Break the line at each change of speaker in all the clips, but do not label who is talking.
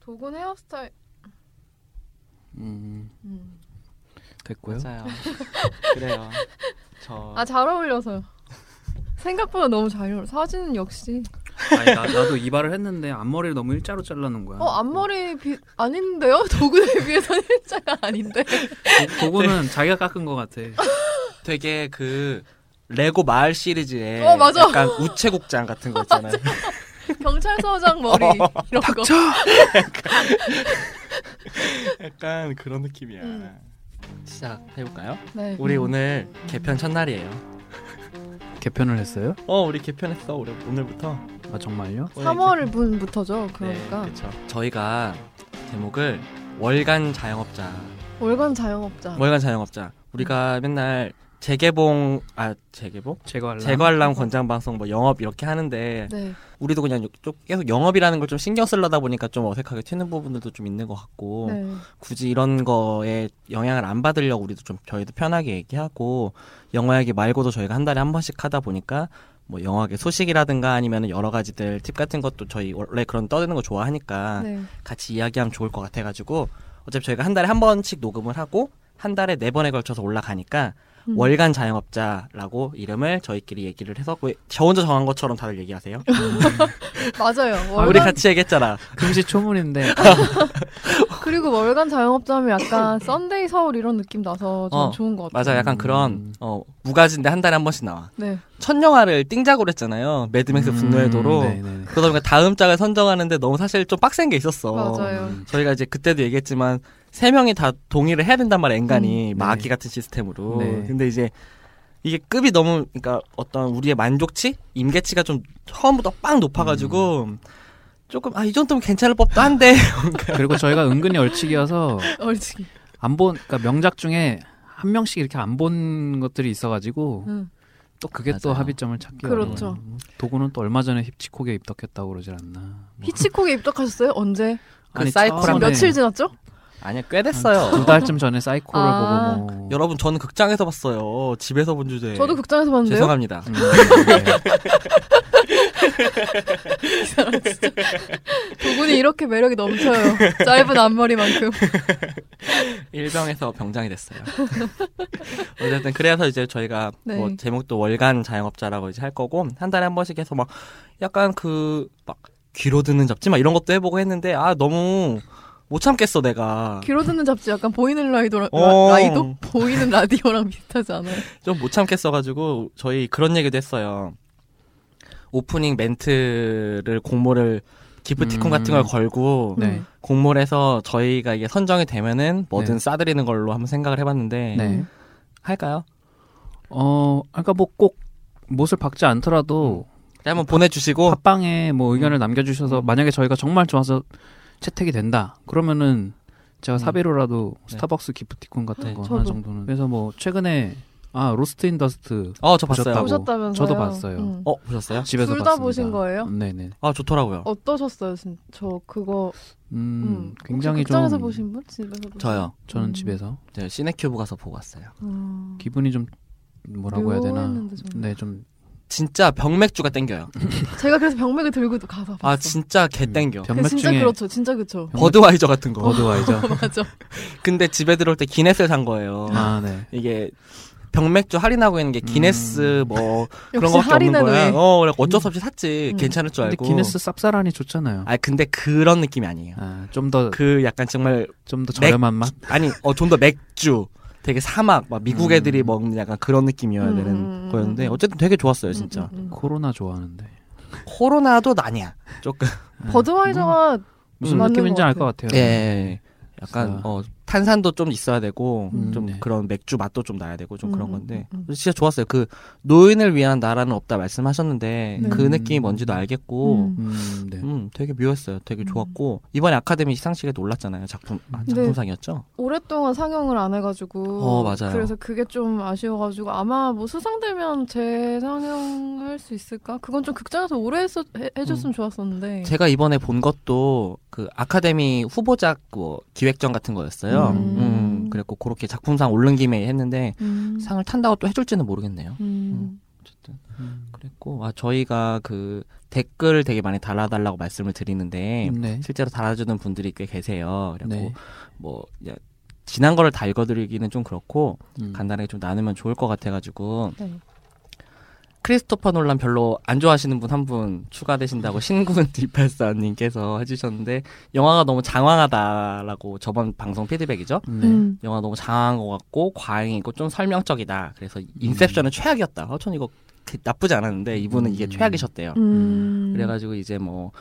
도군 헤어스타일.
음,
음.
됐고요.
맞아요. 그래요. 저
아 잘 어울려서요. 생각보다 너무 잘 어울려. 사진은 역시.
아니, 나, 나도 이발을 했는데 앞머리를 너무 일자로 잘라놓은
어
거야.
그러니까.
앞머리 비 아닌데요? 도군에 비해서는 일자가 아닌데.
도, 그거는 자기가 깎은 것 같아.
되게 그 레고 마을 시리즈의
어, 맞아.
약간 우체국장 같은 거 있잖아요.
경찰서장
어,
머리 이런 거.
약간 그런 느낌이야.
음.
시작해볼까요?
네.
우리 오늘 개편 첫날이에요.
개편을 했어요?
어, 우리 개편했어. 우리 오늘부터.
아 정말요?
3월 분부터죠. 그러니까
네, 그렇죠. 저희가 제목을 월간 자영업자.
아. 월간 자영업자.
월간 자영업자.
음.
우리가 맨날 재개봉 아 재개봉?
제거할라.
재관람 권장 방송 뭐 영업 이렇게 하는데
네.
우리도 그냥 요- 좀 계속 영업이라는 걸 좀 신경 쓰려다 보니까 좀 어색하게 튀는 부분들도 좀 있는 것 같고
네.
굳이 이런 거에 영향을 안 받으려고 우리도 좀 저희도 편하게 얘기하고 영화 얘기 말고도 저희가 한 달에 한 번씩 하다 보니까 뭐 영화계 소식이라든가 아니면 여러 가지들 팁 같은 것도 저희 원래 그런 떠드는 거 좋아하니까
네.
같이 이야기하면 좋을 것 같아가지고 어차피 저희가 한 달에 한 번씩 녹음을 하고 한 달에 네 번에 걸쳐서 올라가니까
음.
월간 자영업자라고 이름을 저희끼리 얘기를 해서 왜 저 혼자 정한 것처럼 다들 얘기하세요.
맞아요. 월간
우리 같이 얘기했잖아.
금시초문인데
그리고 월간 자영업자 하면 약간 썬데이 서울 이런 느낌 나서 좀
어,
좋은 것 같아요.
맞아, 약간 그런 어, 무가지인데 한 달에 한 번씩 나와.
네.
첫 영화를 띵작으로 했잖아요. 매드맥스 분노의 도로.
음, 네네네.
그러다 보니까 다음 짝을 선정하는데 너무 사실 좀 빡센 게 있었어.
맞아요.
음.
저희가 이제 그때도 얘기했지만 세 명이 다 동의를 해야 된단 말이야, 인간이.
음.
마귀
네.
같은 시스템으로.
네.
근데 이제 이게 급이 너무 그러니까 어떤 우리의 만족치, 임계치가 좀 처음부터 빵 높아 가지고 조금 아, 이 정도면 괜찮을 법도 한데.
그리고 저희가 은근히 얼치기여서
얼치기.
안 본 그러니까 명작 중에 한 명씩 이렇게 안 본 것들이 있어가지고
응.
또 그게 또
맞아요.
합의점을 찾기 어려운.
음. 그렇죠.
도구는 또 얼마 전에 힙치콕에 입덕했다고 그러질 않나.
음.
뭐.
히치콕에 입덕하셨어요? 언제?
그 사이코랑
지금
처음에
며칠 지났죠?
아니야, 꽤 됐어요.
두 달쯤 전에 사이코를
아.
보고 뭐.
여러분, 저는 극장에서 봤어요. 집에서 본 주제.
저도 극장에서 봤는데요.
죄송합니다.
음, 네.
두 분이 이렇게 매력이 넘쳐요. 짧은 앞머리만큼.
일병에서 병장이 됐어요. 어쨌든 그래서 이제 저희가
네.
뭐 제목도 월간 자영업자라고 이제 할 거고 한 달에 한 번씩 해서 막 약간 그 막 귀로 듣는 잡지 막 이런 것도 해보고 했는데 아 너무 못 참겠어 내가
귀로 듣는 잡지 약간 보이는 라이도 라,
아. 어.
라이도 보이는 라디오랑 비슷하지 않아요?
좀 못 참겠어가지고 저희 그런 얘기도 했어요. 오프닝 멘트를 공모를 기프티콘
음.
같은 걸 걸고
네.
음.
공모를 해서 저희가 이게 선정이 되면은 뭐든
네.
싸드리는 걸로 한번 생각을 해봤는데
음.
네.
할까요?
어, 그러니까 뭐 꼭 못을 박지 않더라도
음.
그냥 네, 한번 보내주시고
팟빵에 뭐 의견을 남겨주셔서 만약에 저희가 정말 좋아서 채택이 된다 그러면은 제가
음.
사비로라도
네.
스타벅스 기프티콘 같은
네,
거
저도.
하나 정도는 그래서 뭐 최근에 아 로스트 인 더스트
어, 저 봤어요.
보셨다고.
보셨다면서요?
저도 봤어요.
음.
어, 보셨어요?
집에서
둘다
봤습니다. 음.
보신 거예요?
네네.
아, 좋더라고요.
어떠셨어요? 진- 저 그거
음,
음.
굉장히
혹시 극장에서
좀
보신 분? 집에서 보신
저요.
분?
저는
음.
집에서
제가 시네큐브 가서 보고 왔어요.
음.
기분이 좀 뭐라고 해야 되나?
묘했는데 저는.
네, 좀
진짜 병맥주가 땡겨요.
제가 그래서 병맥을 들고 가서 봤어요.
아, 진짜 개 땡겨.
병-
그 진짜
음, 중에-
그렇죠. 진짜 그렇죠.
병-
버드와이저 같은 거.
버드와이저.
맞아.
근데 집에 들어올 때 기네스를 산 거예요.
아, 네.
이게 병맥주 할인하고 있는 게 기네스 뭐 그런
역시
거밖에 없는
할인은
거야.
왜?
어, 그래, 어쩔 수 없이 샀지.
음.
괜찮을 줄
근데
알고.
기네스 쌉싸라니 좋잖아요.
아, 근데 그런 느낌이 아니에요.
아, 좀 더 좀 더
그 약간 정말
저렴한 맛.
아니, 어, 좀 더 맥주. 되게 사막 막 미국 애들이
음.
먹는 약간 그런 느낌이어야
음, 음,
되는
음,
거였는데
음.
어쨌든 되게 좋았어요, 진짜.
음, 음, 음.
코로나 좋아하는데. 예.
코로나도 아니야. 조금.
버드와이저가
음? 무슨
맞는
느낌인지
것
알 것 같아요.
예. 약간
진짜.
어 탄산도 좀 있어야 되고
음,
좀
네.
그런 맥주 맛도 좀 나야 되고 좀 그런
음,
건데
음,
진짜 좋았어요. 그 노인을 위한 나라는 없다 말씀하셨는데
네.
그
음.
느낌이 뭔지도 알겠고 음.
음, 네.
되게 묘했어요. 되게
음.
좋았고 이번에 아카데미 시상식에 도올랐잖아요 작품 아, 작품상이었죠.
오랫동안 상영을 안 해가지고
어, 맞아요.
그래서 그게 좀 아쉬워가지고 아마 뭐 수상되면 재상영할 수 있을까? 그건 좀 극장에서 오래 했었, 해, 해줬으면 좋았었는데
음. 제가 이번에 본 것도 그 아카데미 후보작 뭐 기획전 같은 거였어요.
음.
음. 그래갖고 그렇게 작품상 오른 김에 했는데
음.
상을 탄다고 또 해줄지는 모르겠네요.
음.
어쨌든 그랬고 아 저희가 그 댓글 되게 많이 달아달라고 말씀을 드리는데
네.
실제로 달아주는 분들이 꽤 계세요. 그래고
네.
뭐 이제 지난 거를 다 읽어드리기는 좀 그렇고
음.
간단하게 좀 나누면 좋을 것 같아가지고
네.
크리스토퍼 놀란 별로 안 좋아하시는 분 한 분 추가되신다고
네.
신군 284님께서 해주셨는데 영화가 너무 장황하다라고 저번 방송 피드백이죠.
네.
음.
영화 너무 장황한 것 같고 과잉이고 좀 설명적이다. 그래서 인셉션은 최악이었다. 어, 전 이거 그- 나쁘지 않았는데 이분은 이게
음.
최악이셨대요.
음.
그래가지고 이제 뭐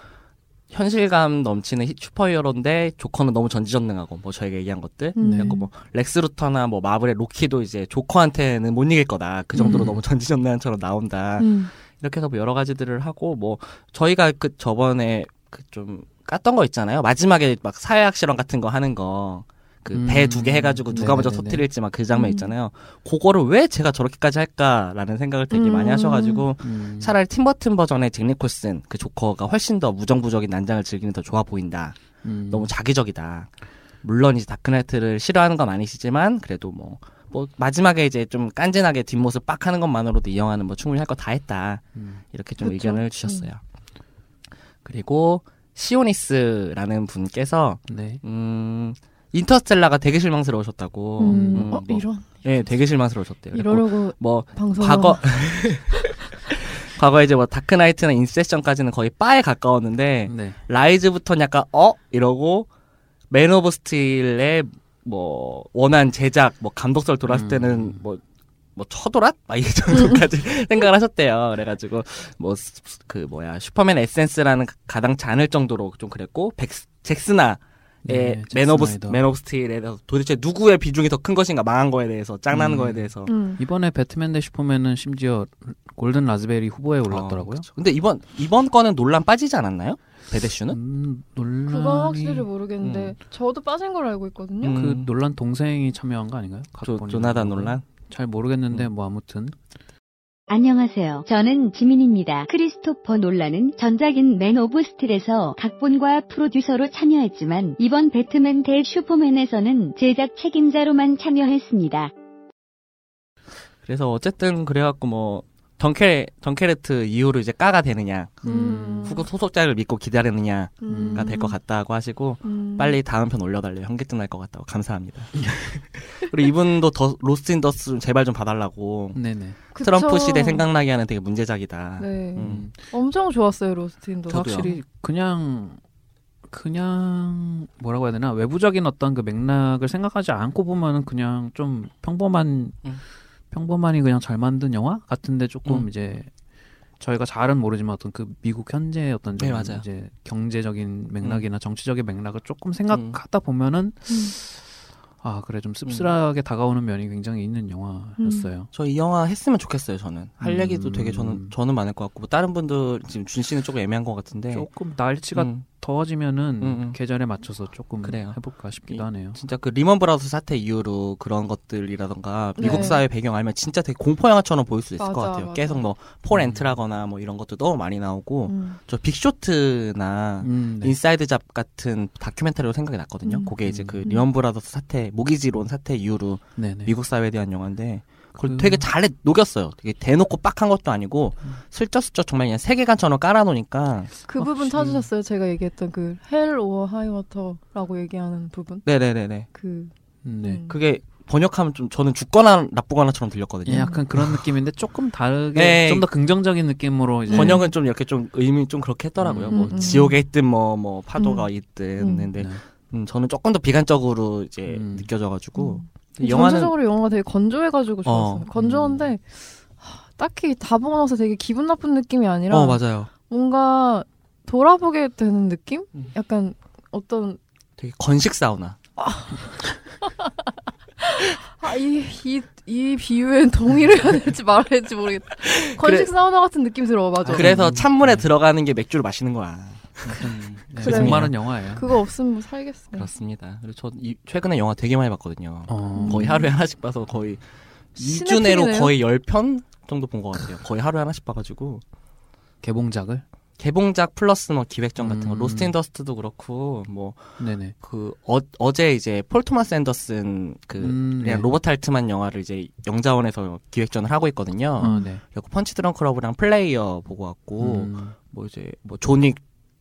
현실감 넘치는 히- 슈퍼히어로인데 조커는 너무 전지전능하고 뭐 저희가 얘기한 것들
음.
그래갖고 뭐 렉스루터나 뭐 마블의 로키도 이제 조커한테는 못 이길 거다 그
음.
정도로 너무 전지전능한처럼 나온다
음.
이렇게 해서 뭐 여러 가지들을 하고 뭐 저희가 그 저번에 그 좀 깠던 거 있잖아요 마지막에 막 사회학 실험 같은 거 하는 거 그 배 두
음.
개 해가지고 누가 먼저
네네네네.
터뜨릴지 막 그 장면
음.
있잖아요 그거를 왜 제가 저렇게까지 할까라는 생각을 되게 많이
음.
하셔가지고
음.
차라리 팀버튼 버전의 잭 니콜슨 그 조커가 훨씬 더 무정부적인 난장을 즐기는 더 좋아 보인다.
음.
너무 자기적이다. 물론 이제 다크나이트를 싫어하는 건 아니시지만 그래도 뭐, 뭐 마지막에 이제 좀 깐진하게 뒷모습 빡 하는 것만으로도 이 영화는 뭐 충분히 할 거 다 했다.
음.
이렇게 좀
그쵸. 음.
의견을 주셨어요. 그리고 시오니스라는 분께서
네.
음 인터스텔라가 되게 실망스러우셨다고.
음.
음,
어,
뭐,
이런
예, 되게 실망스러우셨대요. 그래갖고
이러려고
뭐
방송
과거 과거에 이제 뭐 다크나이트나 인셉션까지는 거의 빠에 가까웠는데
네.
라이즈부터는 약간 어 이러고 맨 오브 스틸의 뭐 원한 제작 뭐 감독설 돌았을
음.
때는 뭐 뭐 쳐돌았? 막 이
음.
정도까지 생각을 하셨대요. 그래가지고 뭐 그 뭐야 슈퍼맨 에센스라는 가당치 않을 정도로 좀 그랬고 백스, 예, 잭스나
네,
의
잭슨
맨 오브 스-
라이더.
맨 오브 스틸에 대해서 도대체 누구의 비중이 더 큰 것인가 망한 거에 대해서
음.
짱나는 거에 대해서
음.
이번에 배트맨 대 슈퍼맨은 심지어 골든 라즈베리 후보에
어,
올랐더라고요.
그쵸. 근데 이번 이번 거는 논란 빠지지 않았나요? 베데슈는?
음, 논란이
그거 확실히 뭐- 모르겠는데 저도 빠진 걸 알고 있거든요.
음.
그 논란 동생이 참여한 거 아닌가요?
조,
각본이나 그런
조나단
거?
논란? 음.
잘 모르겠는데 뭐 아무튼
안녕하세요. 저는 지민입니다. 크리스토퍼 놀라는 전작인 맨 오브 스틸에서 각본과 프로듀서로 참여했지만 이번 배트맨 대 슈퍼맨에서는 제작 책임자로만 참여했습니다.
그래서 어쨌든 그래갖고 뭐 던케 던케르트 이후로 이제 까가 되느냐
음.
후속 소속작을 믿고 기다리느냐가
음.
될 것 같다고 하시고
음.
빨리 다음 편 올려달래요 현기증 날 것 같다고 감사합니다 그리고 이분도 더 로스트 인 더스 좀 제발 좀 봐달라고
음. 네네.
그쵸.
트럼프 시대 생각나게 하는 되게 문제작이다
네.
음.
엄청 좋았어요 로스틴도.
저도요.
확실히 그냥 그냥 뭐라고 해야 되나 외부적인 어떤 그 맥락을 생각하지 않고 보면은 그냥 좀 평범한
음.
평범하니 그냥 잘 만든 영화 같은데 조금
음.
이제 저희가 잘은 모르지만 어떤 그 미국 현재 어떤
네,
좀
맞아요. 음.
이제 경제적인 맥락이나 정치적인 맥락을 조금 생각하다 보면은
음.
아 그래 좀 씁쓸하게 다가오는 면이 굉장히 있는 영화였어요.
저 이 영화 했으면 좋겠어요 저는 할
음.
얘기도 되게 저는 저는 많을 것 같고 뭐 다른 분들 지금 준 씨는 조금 애매한 것 같은데
조금 날씨가
네. 음.
더워지면은
음, 음.
계절에 맞춰서 조금
그래요.
해볼까
이-
싶기도 하네요.
진짜 그 리먼 브라더스 사태 이후로 그런 것들이라던가 미국
네.
사회 배경 알면 진짜 되게 공포 영화처럼 보일 수 있을 것
맞아,
같아요.
맞아.
계속 뭐폴 렌트라거나 뭐 이런 것도 너무 많이 나오고
음.
저 빅쇼트나
음, 네.
인사이드 잡 같은 다큐멘터리로 생각이 났거든요.
음.
그게 이제 그
음.
리먼 브라더스 사태 모기지론 사태 이후로
네네.
미국 사회에 대한 영화인데 그걸
그-
되게 잘 녹였어요. 되게 대놓고 빡한 것도 아니고 슬쩍슬쩍 정말 그냥 세계관처럼 깔아놓으니까
그 부분
확실히.
찾으셨어요? 제가 얘기했던 그 헬 오어 하이워터라고 얘기하는 부분.
네네네네
그
네.
음.
그게 번역하면 좀 저는 죽거나 나쁘거나처럼 들렸거든요.
예, 약간 그런 느낌인데 조금 다르게
네.
좀 더 긍정적인 느낌으로 이제
번역은 좀 이렇게 좀 의미 좀 그렇게 했더라고요.
음,
뭐
음, 음.
지옥에 있든 뭐 뭐 파도가
음.
있든
음.
근데
네.
음, 저는 조금 더 비관적으로 이제
음.
느껴져가지고
음.
영화는
전체적으로 영화가 되게 건조해가지고 좋았어요.
어.
건조한데 하, 딱히 다 보고 나서 되게 기분 나쁜 느낌이 아니라
어 맞아요.
뭔가 돌아보게 되는 느낌?
음.
약간 어떤
되게 건식 사우나.
아, 이, 이, 이 비유엔 동의를 해야 될지 말아야 될지 모르겠다. 건식 사우나 같은 느낌 들어, 맞아.
아, 그래?
그래서
음.
찬물에 들어가는 게 맥주를 마시는 거야.
약간 네,
그래요.
목마른 영화예요.
그거 없으면 뭐 살겠어.
그렇습니다. 그리고 저 이- 최근에 영화 되게 많이 봤거든요.
어,
거의 하루에 하나씩 봐서 거의 2주
시네필이네요.
내로 거의 10편 정도 본 것 같아요. 거의 하루에 하나씩 봐가지고
개봉작을
개봉작 플러스 뭐 기획전 같은 거
음.
로스트 인더스트도 그렇고
네네.
뭐 그 어, 제 이제 폴 토마스 앤더슨 그
음,
그냥
네.
로버트 할트만 영화를 이제 영자원에서 기획전을 하고 있거든요.
어, 네.
그리고 펀치 드렁 클럽이랑 플레이어 보고 왔고
음,
뭐 이제 뭐 존윅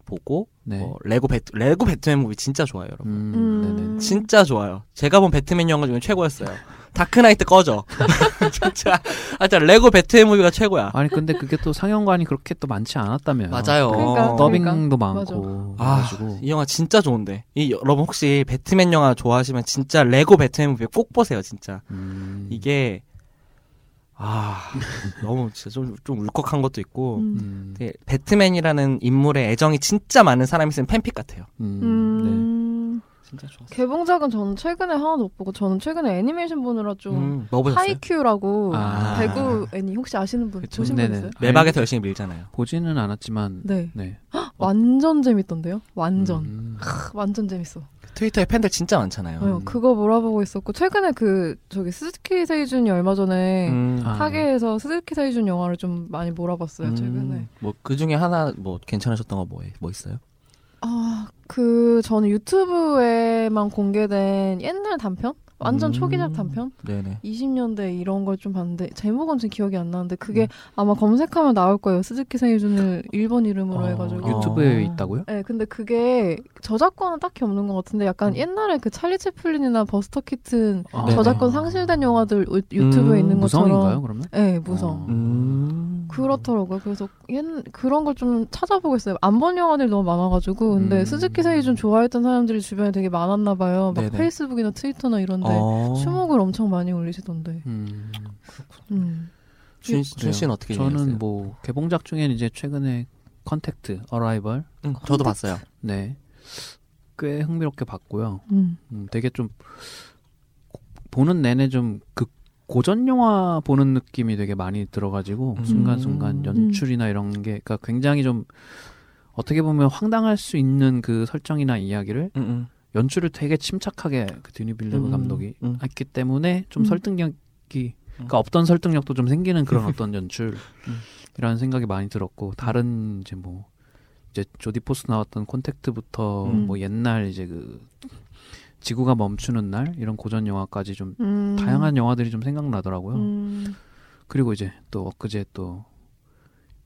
보고
네.
뭐 레고 배 레고 배트맨 무비 진짜 좋아요, 여러분.
음,
음.
진짜 좋아요. 제가 본 배트맨 영화 중에 최고였어요. 다크나이트 꺼져. 진짜. 아, 진짜 레고 배트맨 무비가 최고야.
아니 근데 그게 또 상영관이 그렇게 또 많지 않았다면
맞아요.
그러니까,
어.
더빙도
맞아.
많고
아,
그래가지고
이 영화 진짜 좋은데. 이 여러분 혹시 배트맨 영화 좋아하시면 진짜 레고 배트맨 무비 꼭 보세요, 진짜.
음,
이게 아, 너무 진짜 좀, 좀 울컥한 것도 있고.
음.
음,
되게 배트맨이라는 인물에 애정이 진짜 많은 사람이 쓴 팬픽 같아요.
음,
음.
네. 진짜 좋았어요.
개봉작은 저는 최근에 하나도 못 보고 저는 최근에 애니메이션 보느라 좀
음, 뭐 보셨어요?
하이큐라고
아.
배구 애니 혹시 아시는 분
그쵸.
보신 분
네네.
있어요?
매박에서 열심히 밀잖아요.
보지는 않았지만
네.
네
어.
완전 재밌던데요? 완전.
음,
크, 완전 재밌어.
음. 그 트위터에 팬들 진짜 많잖아요.
어, 그거 몰아보고 있었고 최근에 그 저기 스즈키 세이준이 얼마 전에
음.
아,
타계에서 스즈키 세이준 영화를 좀 많이 몰아봤어요 최근에.
뭐그 중에 하나 뭐 괜찮으셨던 거 뭐 뭐 있어요?
아, 그 저는 유튜브에만 공개된 옛날 단편? 완전
음.
초기작 단편?
네네.
20년대 이런 걸 좀 봤는데 제목은 지금 기억이 안 나는데
음.
그게 아마 검색하면 나올 거예요. 스즈키 세이준을 일본 이름으로
어,
해가지고.
유-
유튜브에
어.
있다고요?
네, 근데 그게 저작권은 딱히 없는 것 같은데 약간 옛날에 그 찰리 채플린이나 버스터 키튼
음. 아,
네네.
저작권 상실된 영화들 유- 유튜브에
음,
있는 것처럼
무성인가요 그러면?
네, 무성.
어.
음.
그렇더라고요. 그래서 옛, 그런 걸 좀 찾아보고 있어요. 안 본 영화들이 너무 많아가지고. 근데
음.
스즈키 세이준 좋아했던 사람들이 주변에 되게 많았나 봐요. 막
네네.
페이스북이나 트위터나 이런데
어.
추목을 엄청 많이 올리시던데.
음,
음.
준, 준 씨는 어떻게
저는
지내셨어요?
뭐 개봉작 중에는 이제 최근에 컨택트, 어라이벌,
응, 저도 봤어요.
네, 꽤 흥미롭게 봤고요.
음.
음, 되게 좀 보는 내내 좀 그 고전 영화 보는 느낌이 되게 많이 들어가지고
음.
순간순간 연출이나 이런 게 그러니까 굉장히 좀 어떻게 보면 황당할 수 있는 그 설정이나 이야기를
응, 응.
연출을 되게 침착하게 그 드니 빌레브
음,
감독이
음.
했기 때문에 좀
음.
설득력이 그러니까 없던 설득력도 좀 생기는 그런 어떤 연출이라는 생각이 많이 들었고 다른 이제 뭐 이제 조디 포스 나왔던 콘택트부터
음.
뭐 옛날 이제 그 지구가 멈추는 날 이런 고전 영화까지 좀
음.
다양한 영화들이 좀 생각나더라고요.
음.
그리고 이제 또 엊그제 또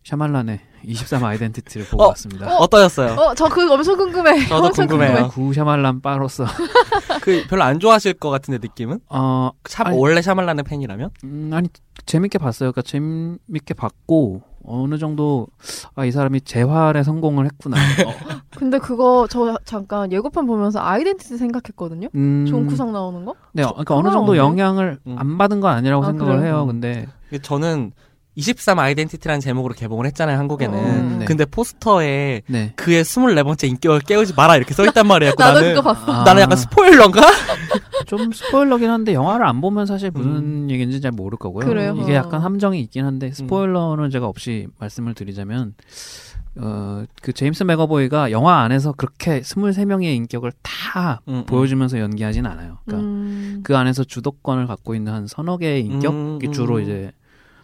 샤말란의 23 아이덴티티를 보고
어!
왔습니다. 네,
어떠셨어요?
어, 저 그거 엄청 궁금해.
저도
엄청
궁금해요.
구 샤말란 빠로서
그 별로 안 좋아하실 것 같은데 느낌은?
어,
샤,
아니.
원래 샤말란의 팬이라면?
음, 아니 재밌게 봤어요. 그러니까 재밌게 봤고 어느 정도 아 이 사람이 재활에 성공을 했구나. 어,
근데 그거 저 잠깐 예고편 보면서 아이덴티티 생각했거든요.
음,
존쿠상 나오는 거?
네, 어, 그러니까 어느 정도
상관없네.
영향을
음.
안 받은 건 아니라고
아,
생각을
그래요?
해요.
음.
근데
근데 저는 23 아이덴티티라는 제목으로 개봉을 했잖아요 한국에는.
음, 네.
근데 포스터에
네.
그의 24번째 인격을 깨우지 마라 이렇게 써있단 말이에요.
나도
나는
그거 봤어.
아,
나는 약간 스포일러인가?
좀 스포일러긴 한데 영화를 안 보면 사실
음.
무슨 얘기인지 잘 모를 거고요.
그래요?
이게
어.
약간 함정이 있긴 한데 스포일러는 제가 없이 말씀을 드리자면 어, 그 제임스 맥어보이가 영화 안에서 그렇게 23명의 인격을 다
음, 음.
보여주면서 연기하진 않아요. 그러니까
음.
그 안에서 주도권을 갖고 있는 한 서너 개의 인격이
음, 음.
주로 이제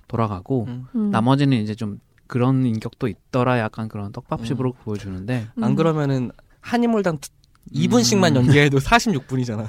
돌아가고
음.
음.
나머지는 이제 좀 그런 인격도 있더라 약간 그런 떡밥식으로 보여주는데
안
음.
그러면은 한인물당 2분씩만 연기해도 46분이잖아.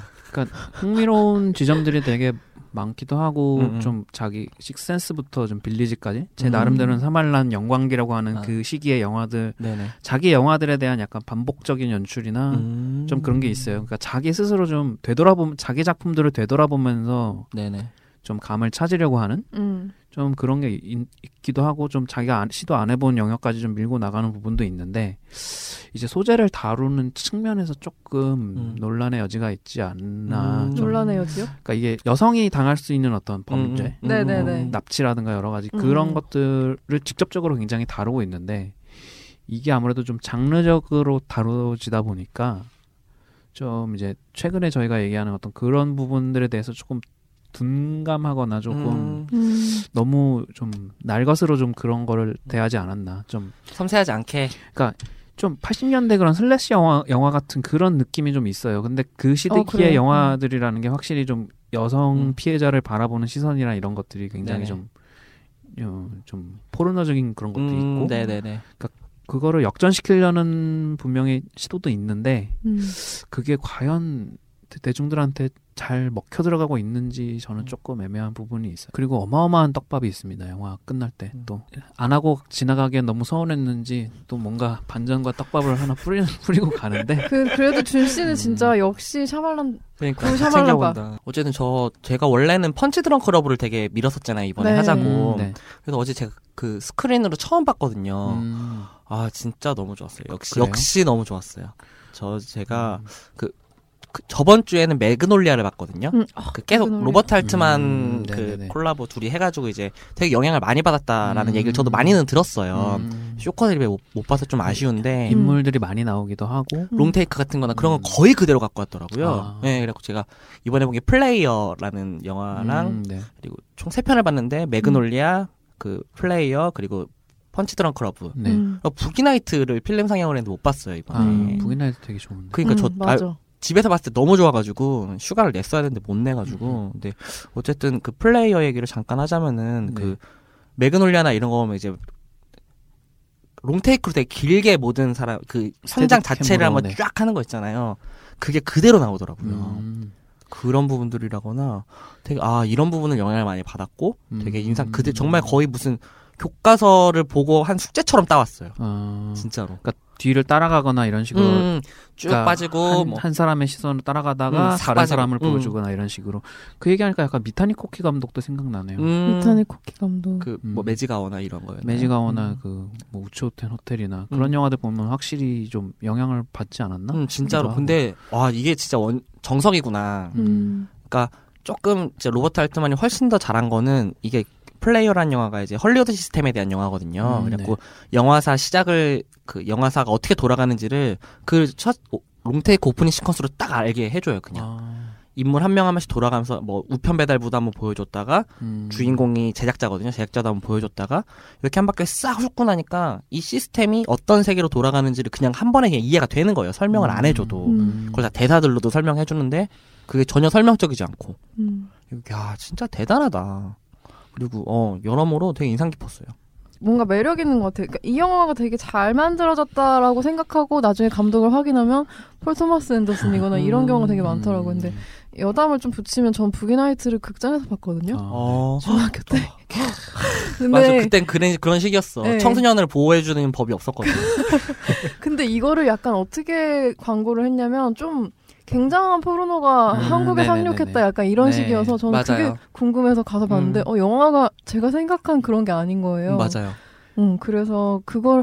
흥미로운 지점들이 되게 많기도 하고
음, 음.
좀 자기 식센스부터 좀 빌리지까지 제
음.
나름대로는 사말란 영광기라고 하는
아.
그 시기의 영화들
네네.
자기 영화들에 대한 약간 반복적인
음.
연출이나
음.
좀 그런 게 있어요. 그러니까 자기 스스로 좀 되돌아보면 자기 작품들을 되돌아보면서
네네.
좀 감을 찾으려고 하는
음.
좀 그런 게 있, 기도 하고 좀 자기가 안- 시도 안 해본 영역까지 좀 밀고 나가는 부분도 있는데 이제 소재를 다루는 측면에서 조금
음.
논란의 여지가 있지 않나
음.
좀
놀라네요, 지요.
그러니까 이게 여성이 당할 수 있는 어떤 범죄
음. 네네네.
납치라든가 여러 가지
음.
그런 것들을 직접적으로 굉장히 다루고 있는데 이게 아무래도 좀 장르적으로 다루지다 보니까 좀 이제 최근에 저희가 얘기하는 어떤 그런 부분들에 대해서 조금 둔감하거나 조금
조금
음.
너무 좀 날것으로 좀 그런 거를 대하지 않았나 좀 좀
섬세하지 않게.
80년대 그런 슬래시 영화 영화 같은 그런 느낌이 좀 있어요. 근데 그 시대기의
그래요?
영화들이라는 게 확실히 좀 여성
음.
피해자를 바라보는 시선이나 이런 것들이 굉장히
네네. 음,
좀 어, 좀 포르노적인 그런 것도 있고
네네네.
그거를 역전시키려는 분명히 시도도 있는데
음.
그게 과연 대- 대중들한테 잘 먹혀 들어가고 있는지
음.
저는 조금 애매한 부분이 있어요. 그리고 어마어마한 떡밥이 있습니다. 영화 끝날 때
음.
또 안 하고 지나가기엔 너무 서운했는지 또 뭔가 반전과 떡밥을 하나 뿌리는, 뿌리고 가는데
그 그래도 준 씨는 진짜 역시 샤말란
그러니까
그거
다
샤말라바.
챙겨본다. 어쨌든 저 제가 원래는 펀치 드렁크 러브를 되게 밀었었잖아요 이번에
네.
하자고.
음, 네.
그래서 어제 제가 그 스크린으로 처음 봤거든요.
음,
아 진짜 너무 좋았어요. 역시 음.
그래요?
역시 너무 좋았어요. 저 제가 그 저번 주에는 매그놀리아를 봤거든요.
음,
그 계속
매그놀리아.
로버트 할트만
음,
그
네네네.
콜라보 둘이 해가지고 이제 되게 영향을 많이 받았다라는
음.
얘기를 저도 많이는 들었어요.
음,
쇼커드립에 못, 못 봐서 좀 아쉬운데
음.
인물들이 많이 나오기도 하고
롱테이크 같은 거나 그런 건
음.
거의 그대로 갖고 왔더라고요.
아.
네, 그래갖고 제가 이번에 본 게 플레이어라는 영화랑
음, 네.
그리고 총 세 편을 봤는데 매그놀리아, 그 플레이어 그리고 펀치 드렁크 러브.
네.
음.
어, 부기나이트를 필름 상영을 했는데 못 봤어요
아,
이번에.
음.
부인나이도 되게 좋은데.
그러니까 저
음,
아,
맞아.
집에서 봤을 때 너무 좋아가지고 휴가를 냈어야 되는데 못 내가지고 근데 어쨌든 그 플레이어 얘기를 잠깐 하자면은
네.
그 매그놀리아나 이런 거 보면 이제 롱테이크로 되게 길게 모든 사람 그 현장
스테디캠으로,
자체를 한번
네.
쫙 하는 거 있잖아요 그게 그대로 나오더라고요
음,
그런 부분들이라거나 되게 아 이런 부분은 영향을 많이 받았고
음.
되게 인상 그대 정말 거의 무슨 교과서를 보고 한 숙제처럼 따왔어요
어,
진짜로
그러니까 뒤를 따라가거나 이런 식으로
음, 쭉
그러니까
빠지고
한,
뭐
한 사람의 시선을 따라가다가
음, 싹
다른
빠지고.
사람을
음.
보여주거나 이런 식으로 그 얘기하니까 약간 미타니 코키 감독도 생각나네요.
음,
이타니 코키 감독.
그
음.
뭐 매지가오나 이런 거예요.
매직아워나 그뭐 우츠 호텔 호텔이나 그런 영화들 보면 확실히 좀 영향을 받지 않았나?
음, 진짜로.
하고.
근데 와 이게 진짜 원 정석이구나.
음.
조금 이제 로버트 할트만이 훨씬 더 잘한 거는 이게 플레이어란 영화가 이제 헐리우드 시스템에 대한 영화거든요.
음,
그래갖고 영화사 시작을 그 영화사가 어떻게 돌아가는지를 그 첫 롱테이크 오프닝 시퀀스로 딱 알게 해줘요. 그냥
아,
인물 한 명 한 명씩 돌아가면서 뭐 우편 배달부도 한번 보여줬다가
음.
주인공이 제작자거든요. 제작자도 한번 보여줬다가 이렇게 한 바퀴 싹 훑고 나니까 이 시스템이 어떤 세계로 돌아가는지를 그냥 한 번에 그냥 이해가 되는 거예요. 설명을 안 해줘도
음.
그걸 다 대사들로도 설명해 주는데 그게 전혀 설명적이지 않고
음.
야 진짜 대단하다. 그리고 어 여러모로 되게 인상 깊었어요.
뭔가 매력 있는 것 같아요. 그러니까 이 영화가 되게 잘 만들어졌다라고 생각하고 나중에 감독을 확인하면 폴 토마스 앤더슨이거나 아, 이런
음.
경우가 되게 많더라고요. 근데 여담을 좀 붙이면 전 북이나이트를 극장에서
아,
봤거든요.
어
중학교 때. 네. 아, 근데,
맞아 그땐 그런 그런 시기였어.
네.
청소년을 보호해주는 법이 없었거든.
근데 이거를 약간 어떻게 광고를 했냐면 좀 굉장한 포르노가
음,
한국에
네네네네.
상륙했다 약간 이런
네,
식이어서 저는
맞아요.
그게 궁금해서 가서 봤는데
음.
어 영화가 제가 생각한 그런 게 아닌 거예요.
맞아요.
음, 그래서 그걸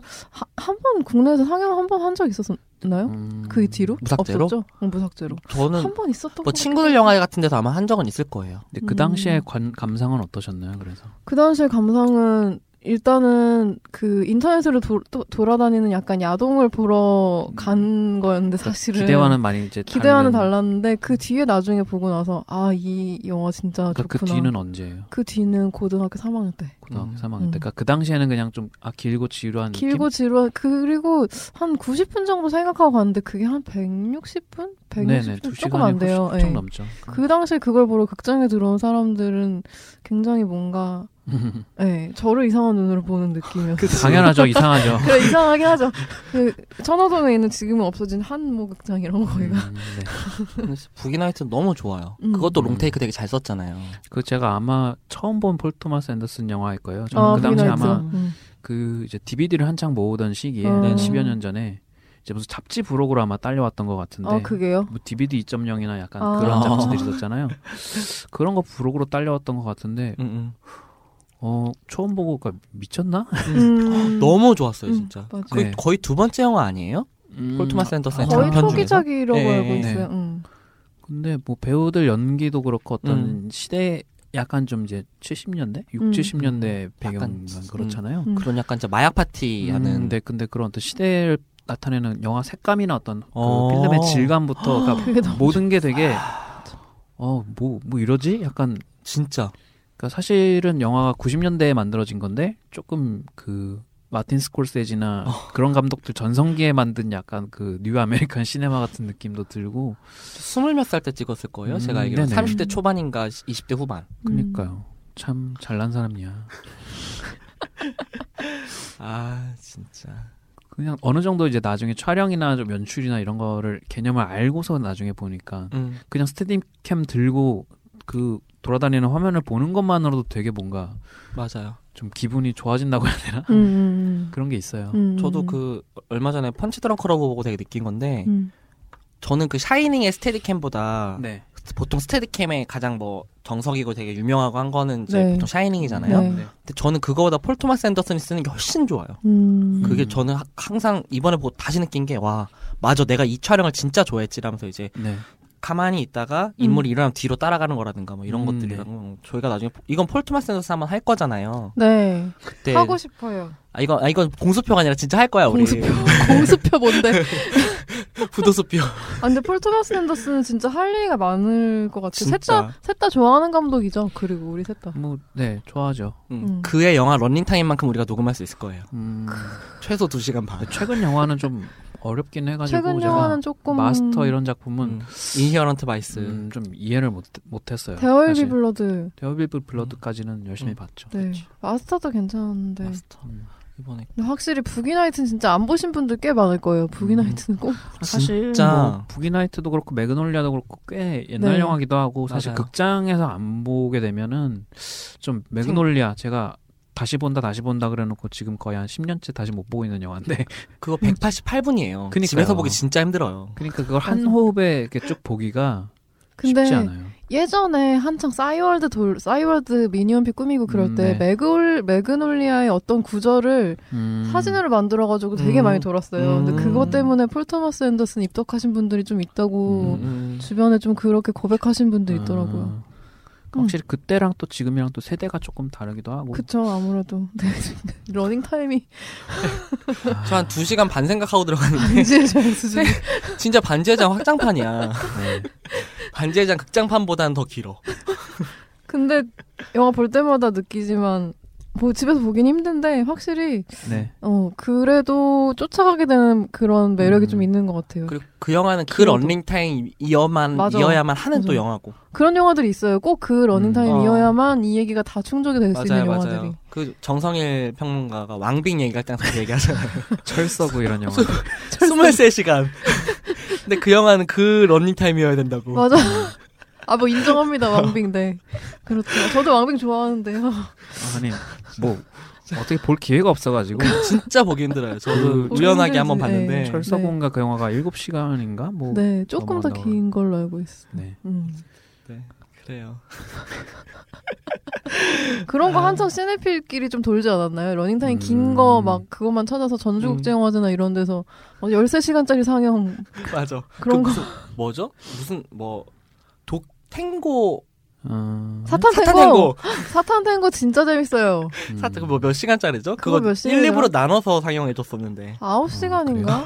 한 번 국내에서 상영 한 번 한 적 있었나요?
음.
그 뒤로
무삭제로?
없었죠? 응, 무삭제로.
저는
한 번 있었던
뭐
것
친구들 영화 같은 데서 아마 한 적은 있을 거예요.
근데 그
음.
당시의 관, 감상은 어떠셨나요? 그래서
그 당시의 감상은 일단은 그 인터넷으로 도, 또 돌아다니는 약간 야동을 보러 간 거였는데 사실은
그러니까 기대와는 많이 이제
기대와는
다른-
달랐는데 그 뒤에 나중에 보고 나서 아 이 영화 진짜
그러니까 그
좋구나.
뒤는 언제예요?
그 뒤는 고등학교 3학년 때.
고등학교
음.
3학년
음.
때. 그러니까 그 당시에는 그냥 좀 아 길고 지루한
길고 지루한 그리고 한 90분 정도 생각하고 갔는데 그게 한 160분? 160분
네네
조금
두 시간이
안 돼요.
훨씬
예.
넘죠.
그 당시에 그걸 보러 극장에 들어온 사람들은 굉장히 뭔가 예, 저를 이상한 눈으로 보는 느낌이었어요.
당연하죠 이상하죠.
그래, 이상하긴 하죠. 그 천호동에 있는 지금은 없어진 한모 극장 이런 거기가.
음, 네.
북이나이트 너무 좋아요.
음.
그것도
음.
롱테이크 되게 잘 썼잖아요.
그 제가 아마 처음 본 폴 토마스 앤더슨 영화일 거예요. 저는
아,
그 당시
거기가 있죠.
아마
음.
그 이제 DVD를 한창 모으던 시기에
어.
한 10여 년 전에 이제 무슨 잡지 부록으로 아마 딸려왔던 것 같은데
아, 그게요?
뭐 DVD 2.0이나 약간
아.
그런 잡지들이 있었잖아요. 그런 거 부록으로 딸려왔던 것 같은데
음,
어 처음 보고 그니까 미쳤나?
음.
음. 너무 좋았어요
음,
진짜.
맞아요.
거의,
네.
거의 두 번째 영화 아니에요? 폴 토마스 앤더슨의
거의
장편 중에서?
초기작이라고
예,
알고
예.
있어요. 음.
근데 뭐 배우들 연기도 그렇고 어떤 시대 약간 좀 이제 70년대, 6,
음.
70년대 배경
약간, 음.
그렇잖아요.
음.
그런 약간 이제 마약 파티 하는
근데 근데 그런 어떤 시대를 나타내는 영화 색감이나 어떤
어.
그 필름의 질감부터 그러니까
그게
뭐,
너무
모든 게 되게 어 뭐 뭐 이러지? 약간
진짜
그러니까 사실은 영화가 90년대에 만들어진 건데 조금 그 마틴 스콜세지나 그런 감독들 전성기에 만든 약간 그 뉴 아메리칸 시네마 같은 느낌도 들고
스물 몇 살 때 찍었을 거예요.
음,
제가 알기로
네네.
30대 초반인가 20대 후반.
음.
그러니까요. 참 잘난 사람이야.
아 진짜.
그냥 어느 정도 이제 나중에 촬영이나 좀 연출이나 이런 거를 개념을 알고서 나중에 보니까
음.
그냥 스테디캠 들고 그 돌아다니는 화면을 보는 것만으로도 되게 뭔가
맞아요.
좀 기분이 좋아진다고 해야 되나?
음, 음,
그런 게 있어요.
음.
저도 그 얼마 전에 펀치 드렁크 러브 보고 되게 느낀 건데
음.
저는 그 샤이닝의 스테디캠보다
네.
보통 스테디캠의 가장 뭐 정석이고 되게 유명하고 한 거는 이제
네.
보통 샤이닝이잖아요.
네.
근데 저는 그거보다 폴 토마스 앤더슨이 쓰는 게 훨씬 좋아요.
음.
그게
음.
저는 하- 항상 이번에 보고 다시 느낀 게 와, 맞아 내가 이 촬영을 진짜 좋아했지라면서 이제
네.
가만히 있다가 인물이 일어나면 뒤로 따라가는 거라든가 뭐 이런
음,
것들이랑 저희가 나중에 포- 이건 폴 토마스 앤더슨 한번 할 거잖아요.
네
그때
하고 싶어요.
아 이건 아 이건 공수표가 아니라 진짜 할 거야 우리.
공수표 공수표 뭔데?
부도수표.
아, 근데 폴 토마스 앤더슨은 진짜 할 얘기가 많을 것 같아요.
진짜.
셋다 셋 다 좋아하는 감독이죠. 그리고 우리 셋 다.
뭐, 네, 좋아하죠.
음,
음.
그의 영화 런닝타임만큼 우리가 녹음할 수 있을 거예요.
음,
최소 2시간 반.
최근 영화는 좀 어렵긴 해가지고
최근
뭐 제가
영화는 조금
마스터 이런 작품은
음. 인히어런트 바이스.
음, 좀 이해를 못, 못했어요.
데얼비
사실.
블러드.
데어빌브 블러드까지는 열심히
음.
봤죠.
네 마스터도 괜찮은데
마스터.
음.
이번에
근데 확실히 북이나이트는 진짜 안 보신 분들 꽤 많을 거예요.
음,
북이나이트는 꼭
아, 사실
진짜.
뭐 북이나이트도 그렇고 매그놀리아도 그렇고 꽤 옛날
네.
영화기도 하고 사실
맞아요.
극장에서 안 보게 되면은 좀 매그놀리아 제가 다시 본다 다시 본다 그래놓고 지금 거의 한 10년째 다시 못 보고 있는
네.
영화인데
그거 188분이에요.
그니까요.
집에서 보기 진짜 힘들어요.
그러니까 그걸 한
맞아.
호흡에 이렇게 쭉 보기가
근데
쉽지 않아요.
예전에 한창 싸이월드 돌 싸이월드 미니언피 꾸미고 그럴
음,
때
네.
매그올 매그놀리아의 어떤 구절을
음.
사진으로 만들어가지고 되게
음.
많이 돌았어요. 근데
음.
그것 때문에 폴 토마스 앤더슨 입덕하신 분들이 좀 있다고
음.
주변에 좀 그렇게 고백하신 분들 있더라고요. 음.
아. 확실히 그때랑 또 지금이랑 또 세대가 조금 다르기도 하고
그쵸 아무래도 네, 러닝 타임이
저한 2시간 반 생각하고 들어갔는데
반지의 제왕 수준.
진짜 반지의 장 확장판이야.
네.
반지의 장 극장판보다는 더 길어.
근데 영화 볼 때마다 느끼지만 뭐 집에서 보긴 힘든데 확실히
네.
어 그래도 쫓아가게 되는 그런 매력이
음.
좀 있는 것 같아요.
그리고 그 영화는 그
길어도.
런닝타임 이어만
맞아.
이어야만 하는 또
맞아.
영화고.
그런 영화들이 있어요. 꼭 그
음.
러닝타임이어야만 이 얘기가 다 충족이 될 수 있는
아. 맞아요,
영화들이.
맞아요. 그 정성일 평론가가 왕빙 얘기할 때 항상 그 얘기하잖아요.
철서구 이런 영화
23시간. 근데 그 영화는 그 런닝타임이어야 된다고.
맞아. 아 뭐 인정합니다 왕빙 네 그렇죠. 저도 왕빙 좋아하는데요.
아니 뭐 어떻게 볼 기회가 없어가지고
진짜 보기 힘들어요.
그
저도 우연하게 한번
보기 힘들지,
봤는데
그 네. 예.
철서구인가 그 영화가 7시간인가 뭐
네 조금 더
넘어간다고
긴 걸로 알고 있어.
네.
음.
네, 그래요.
그런 거
아.
한창 시네필끼리 좀 돌지 않았나요? 러닝타임 긴
음.
거 막 그것만 찾아서 전주국제영화제나
음.
이런 데서 13시간짜리 상영
맞아.
그런
그
거
무슨, 뭐죠? 무슨 뭐 독 탱고
어,
사탄
아, 사탄
탱고
탱고
사탄 탱고 진짜 재밌어요.
음.
사탄 그뭐몇 시간짜리죠?
그거
그거,
몇
1,
시간이야?
2부로 나눠서 상영해 줬었는데
아홉
그래요?
시간인가?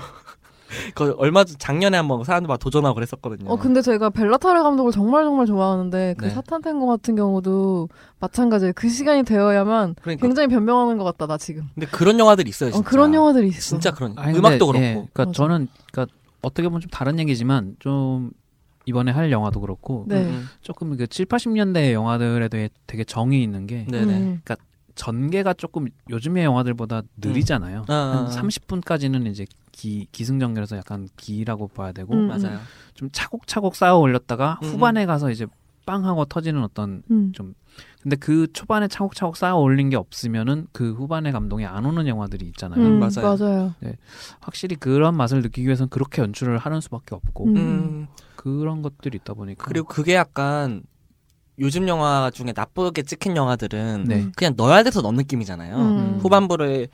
그 얼마 전 작년에 한번 사람들 막 도전하고 그랬었거든요.
어 근데 제가 벨라타르 감독을 정말 정말 좋아하는데 그
네.
사탄 탱고 같은 경우도 마찬가지예요. 그 시간이 되어야만
그러니까
굉장히 변명하는 것 같다 나 지금.
근데 그런 영화들이 있어요.
어
진짜.
그런 영화들이 있어.
진짜 그런
아니, 근데,
음악도
예,
그렇고.
그러니까
맞아.
저는 그러니까 어떻게 보면 좀 다른 얘기지만 좀 이번에 할 영화도 그렇고
네.
음,
조금 그 7, 80년대 영화들에 대해 되게 정이 있는 게
음. 네네.
음.
전개가 조금 요즘의 영화들보다 느리잖아요.
아, 아,
한
아.
30분까지는 이제 기, 기승전결해서 약간 기라고 봐야 되고
음.
맞아요.
좀 차곡차곡 쌓아 올렸다가
음,
후반에 가서 이제 빵 하고 터지는 어떤
음.
근데 그 초반에 차곡차곡 쌓아 올린 게 없으면은 그 후반에 감동이 안 오는 영화들이 있잖아요.
음,
맞아요.
맞아요.
확실히 그런 맛을 느끼기 위해선 그렇게 연출을 하는 수밖에 없고
음.
음,
그런 것들이 있다 보니까
그리고 그게 약간 요즘 영화 중에 나쁘게 찍힌 영화들은
네.
그냥 넣어야 돼서 넣는 느낌이잖아요.
음.
후반부를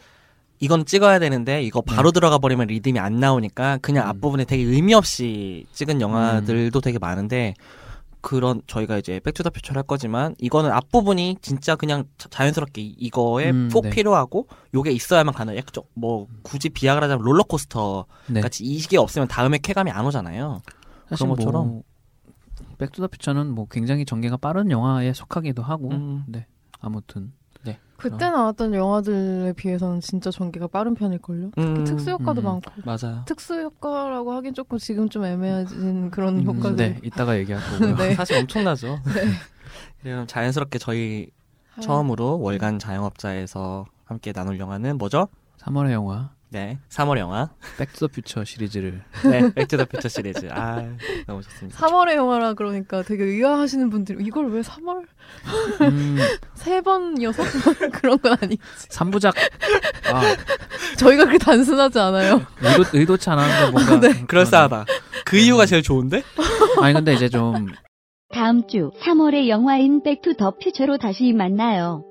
이건 찍어야 되는데 이거 바로 들어가 버리면 리듬이 안 나오니까 그냥
음.
앞부분에 되게 의미 없이 찍은 영화들도 되게 많은데 그런 저희가 이제 백투더퓨처를 할 거지만 이거는 앞부분이 진짜 그냥 자- 자연스럽게 이- 이거에
음,
꼭
네.
필요하고 요게 있어야만 가는 약간 좀 뭐 굳이 비약을 하자면 롤러코스터
네.
같이 이게 없으면 다음에 쾌감이 안 오잖아요.
사실
그런 것처럼.
뭐 백투더퓨처는 뭐 굉장히 전개가 빠른 영화에 속하기도 하고
음.
네 아무튼
그때 나왔던 영화들에 비해서는 진짜 전개가 빠른 편일걸요. 특히
음,
특수 효과도
음.
많고.
맞아요.
특수 효과라고 하긴 조금 지금 좀 애매해진 그런
음,
효과들.
네 이따가 얘기할 거고요.
네.
사실 엄청나죠. 그럼 자연스럽게 저희
아.
처음으로 월간 자영업자에서 함께 나눌 영화는 뭐죠?
3월의 영화
네, 3월 영화.
백투더퓨처 시리즈를
네, 백투더 퓨처 시리즈. 아, 너무 좋습니다.
3월의 영화라 그러니까 되게 의아하시는 분들이 이걸 왜 3월?
음,
세 번, 여섯 번 그런 건 아니지.
3부작 아,
저희가 그렇게 단순하지 않아요.
의도, 의도치 않았는데 뭔가
네.
그럴싸하다. 그 이유가 제일 좋은데?
아니 근데 이제 좀
다음 주 3월의 영화인 백투 더 퓨처로 다시 만나요.